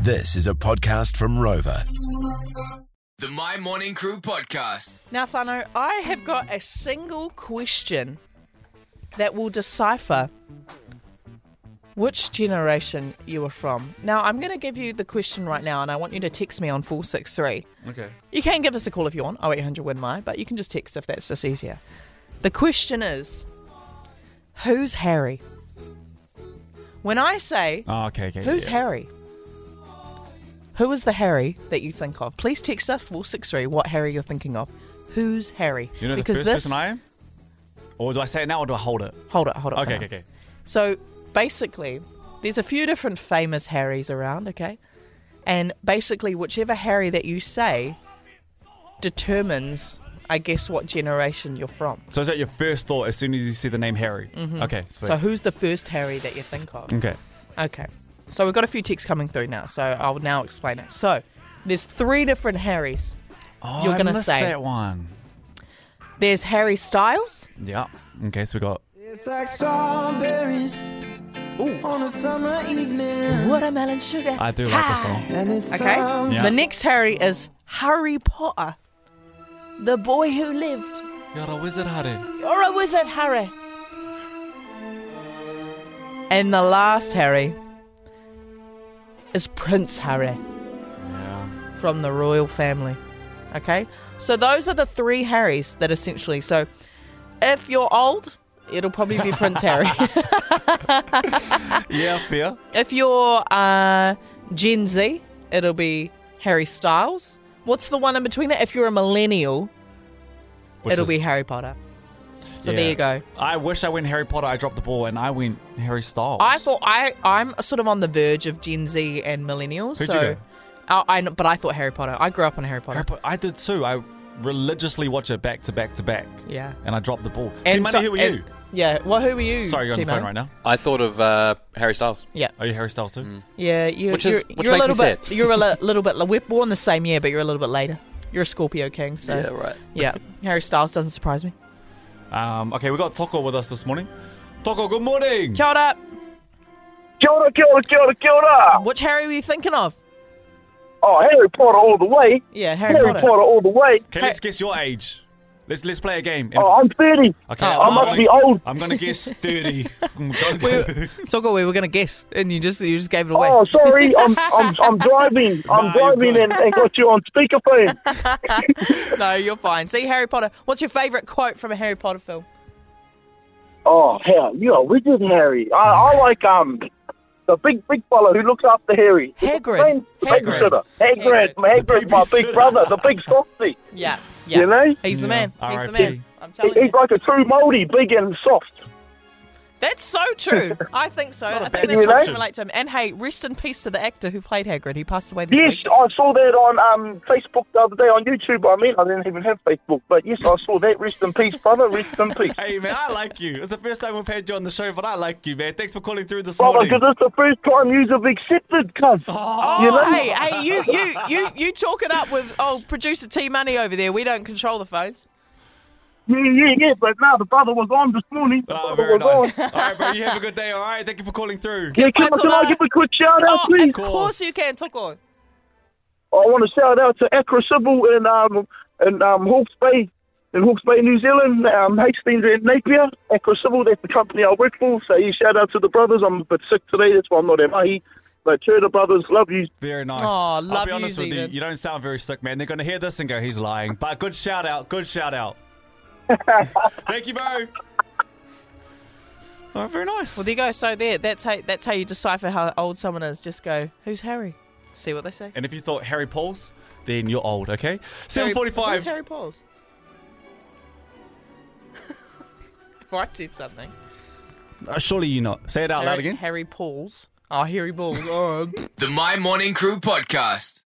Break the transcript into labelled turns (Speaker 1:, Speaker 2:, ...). Speaker 1: This is a podcast from Rover.
Speaker 2: The My Morning Crew podcast.
Speaker 3: Now, Fano, I have got a single question that will decipher which generation you are from. Now, I'm going to give you the question right now, and I want you to text me on 463.
Speaker 4: Okay.
Speaker 3: You can give us a call if you want, 0800 Win My, but you can just text if that's just easier. The question is Who's Harry? When I say
Speaker 4: Oh, okay, okay.
Speaker 3: Who's
Speaker 4: yeah.
Speaker 3: Harry? Who is the Harry that you think of? Please text us 463 what Harry you're thinking of. Who's Harry?
Speaker 4: You know
Speaker 3: because
Speaker 4: the
Speaker 3: this
Speaker 4: first person I am? Or do I say it now or do I hold it?
Speaker 3: Hold it, hold it. for
Speaker 4: Okay,
Speaker 3: now.
Speaker 4: okay, okay.
Speaker 3: So basically, there's a few different famous Harrys around, okay? And basically whichever Harry that you say determines I guess what generation you're from.
Speaker 4: So is that your first thought as soon as you see the name Harry? Mm-hmm. Okay, sweet.
Speaker 3: So who's the first Harry that you think of?
Speaker 4: okay.
Speaker 3: Okay. So we've got a few texts coming through now, so I'll now explain it. So there's three different Harrys.
Speaker 4: Oh,
Speaker 3: You're
Speaker 4: I
Speaker 3: gonna
Speaker 4: missed
Speaker 3: say.
Speaker 4: that one.
Speaker 3: There's Harry Styles.
Speaker 4: Yeah. Okay, so we got
Speaker 5: It's like strawberries on a summer evening.
Speaker 3: Watermelon Sugar.
Speaker 4: I do like this song.
Speaker 5: And it's
Speaker 3: Okay.
Speaker 5: sounds
Speaker 4: Yeah.
Speaker 3: The next Harry is Harry Potter, the boy who lived.
Speaker 4: You're a wizard, Harry.
Speaker 3: You're a wizard, Harry. And the last Harry is Prince Harry
Speaker 4: Yeah.
Speaker 3: from the royal family. Okay? So those are the three Harrys that essentially. So if you're old, it'll probably be Prince Harry.
Speaker 4: Yeah, fair.
Speaker 3: If you're uh, Gen Z, it'll be Harry Styles. What's the one in between that? If you're a millennial,
Speaker 4: Which
Speaker 3: it'll
Speaker 4: is-
Speaker 3: be Harry Potter. So
Speaker 4: yeah.
Speaker 3: there you go.
Speaker 4: I wish I went Harry Potter, I dropped the ball and I went Harry Styles.
Speaker 3: I thought I I'm sort of on the verge of Gen Z and millennials.
Speaker 4: Who'd you
Speaker 3: so
Speaker 4: go?
Speaker 3: I, I kn- but I thought Harry Potter. I grew up on Harry Potter.
Speaker 4: Harry Potter, I did too. I religiously watch it back to back to back.
Speaker 3: Yeah.
Speaker 4: And I dropped the ball.
Speaker 3: And
Speaker 4: T-Money,
Speaker 3: so-
Speaker 4: who are
Speaker 3: and-
Speaker 4: you?
Speaker 3: Yeah. Well, who were you?
Speaker 4: Sorry, you're on the
Speaker 3: Timo?
Speaker 4: phone right now.
Speaker 2: I thought of uh, Harry Styles.
Speaker 3: Yeah.
Speaker 4: Are you Harry Styles too?
Speaker 3: Yeah. You,
Speaker 2: Which
Speaker 3: you're,
Speaker 2: is- which
Speaker 3: you're a
Speaker 2: makes me
Speaker 3: little bit.
Speaker 2: sad.
Speaker 3: You're a li- little bit. We're born the same year, but you're a little bit later. You're a Scorpio King, so
Speaker 2: Yeah, right.
Speaker 3: yeah. Harry Styles doesn't surprise me.
Speaker 4: Um, okay, we got Toko with us this morning. Toko, good morning.
Speaker 3: Kia ora.
Speaker 6: Kia ora, kia ora, kia ora, kia ora.
Speaker 3: Which Harry were you thinking of?
Speaker 6: Oh, Harry Potter all the way.
Speaker 3: Yeah, Harry,
Speaker 6: Harry, Potter. all the way.
Speaker 4: Okay, let's guess your age. Let's let's play a game. And-
Speaker 6: Oh, I'm 30.
Speaker 3: Oh,
Speaker 4: okay,
Speaker 6: I
Speaker 3: I'm
Speaker 6: must
Speaker 4: gonna-
Speaker 6: be old.
Speaker 4: I'm gonna guess thirty. Go, go.
Speaker 3: Potter. Toko, we were going to guess, and you just you just gave it away.
Speaker 6: Oh, sorry. I'm I'm I'm driving. I'm
Speaker 4: Nah, you're
Speaker 6: driving
Speaker 4: good.
Speaker 6: and, and got you on speakerphone.
Speaker 3: No, you're fine. See, Harry Potter. What's your favourite quote from a Harry Potter film?
Speaker 6: Oh, hell, you're a wizard, Harry. I, I like um the big big fellow who looks after Harry.
Speaker 3: Hagrid.
Speaker 6: Same
Speaker 3: Hagrid.
Speaker 6: Babysitter.
Speaker 3: Hagrid.
Speaker 6: Hagrid. Hagrid, my
Speaker 4: babysitter.
Speaker 6: big brother, the big softy.
Speaker 3: Yeah, yeah.
Speaker 6: You know?
Speaker 3: He's the
Speaker 4: Yeah,
Speaker 3: man. He's the
Speaker 4: R.I.P..
Speaker 3: man. I'm
Speaker 6: He,
Speaker 3: telling you.
Speaker 6: he's like a true moldy, big and soft.
Speaker 3: That's so true. I think so. I
Speaker 4: bad
Speaker 3: think that's what
Speaker 6: idea.
Speaker 3: can relate to him. And hey, rest in peace to the actor who played Hagrid. He passed away this
Speaker 6: Yes,
Speaker 3: week.
Speaker 6: I saw that on um, Facebook the other day on YouTube. I mean, I didn't even have Facebook, but yes, I saw that. Rest in peace, brother. Rest in peace.
Speaker 4: hey man, I like you. It's the first time we've had you on the show, but I like you, man. Thanks for calling through this
Speaker 6: Brother,
Speaker 4: morning.
Speaker 6: because it's the first time you have accepted, cuz. you
Speaker 3: Oh, hey, hey, you, you, you, you talk it up with oh producer T Money over there. We don't control the phones.
Speaker 6: Yeah, yeah, yeah, but now the brother was on this morning. The
Speaker 4: Oh, very
Speaker 6: brother was
Speaker 4: nice. All right, bro. You have a good day. All right, thank you for calling through.
Speaker 6: Yeah, can,
Speaker 3: Thanks a
Speaker 6: can I
Speaker 3: lot.
Speaker 6: give a quick shout out,
Speaker 3: Oh,
Speaker 6: please?
Speaker 3: of course you can, Toko.
Speaker 6: I want to shout out to Accra Sybil in, um, in um, Hawke's Bay, in Hawke's Bay, New Zealand, um, Hastings and Napier. Accra Sybil, that's the company I work for. So you shout out to the brothers. I'm a bit sick today, that's why I'm not at mahi. But cheer the brothers, love you.
Speaker 4: Very nice.
Speaker 3: Aw,
Speaker 4: I'll
Speaker 3: love
Speaker 4: be
Speaker 3: you,
Speaker 4: honest with you.
Speaker 3: Zeevan.
Speaker 4: You don't sound very sick, man. They're gonna hear this and go, he's lying. But good shout out. Good shout out. thank you, bro. All right, very nice.
Speaker 3: Well, there you go. So there, that's how that's how you decipher how old someone is. Just go, who's Harry? See what they say.
Speaker 4: And if you thought Harry Paul's, then you're old, okay?
Speaker 3: Harry, who's
Speaker 4: 745.
Speaker 3: Harry Pauls? well, I said something.
Speaker 4: Uh, surely you're not. Say it out loud
Speaker 3: Harry,
Speaker 4: again.
Speaker 3: Harry Pauls. Oh, Harry Balls. Oh,
Speaker 2: The My Morning Crew podcast.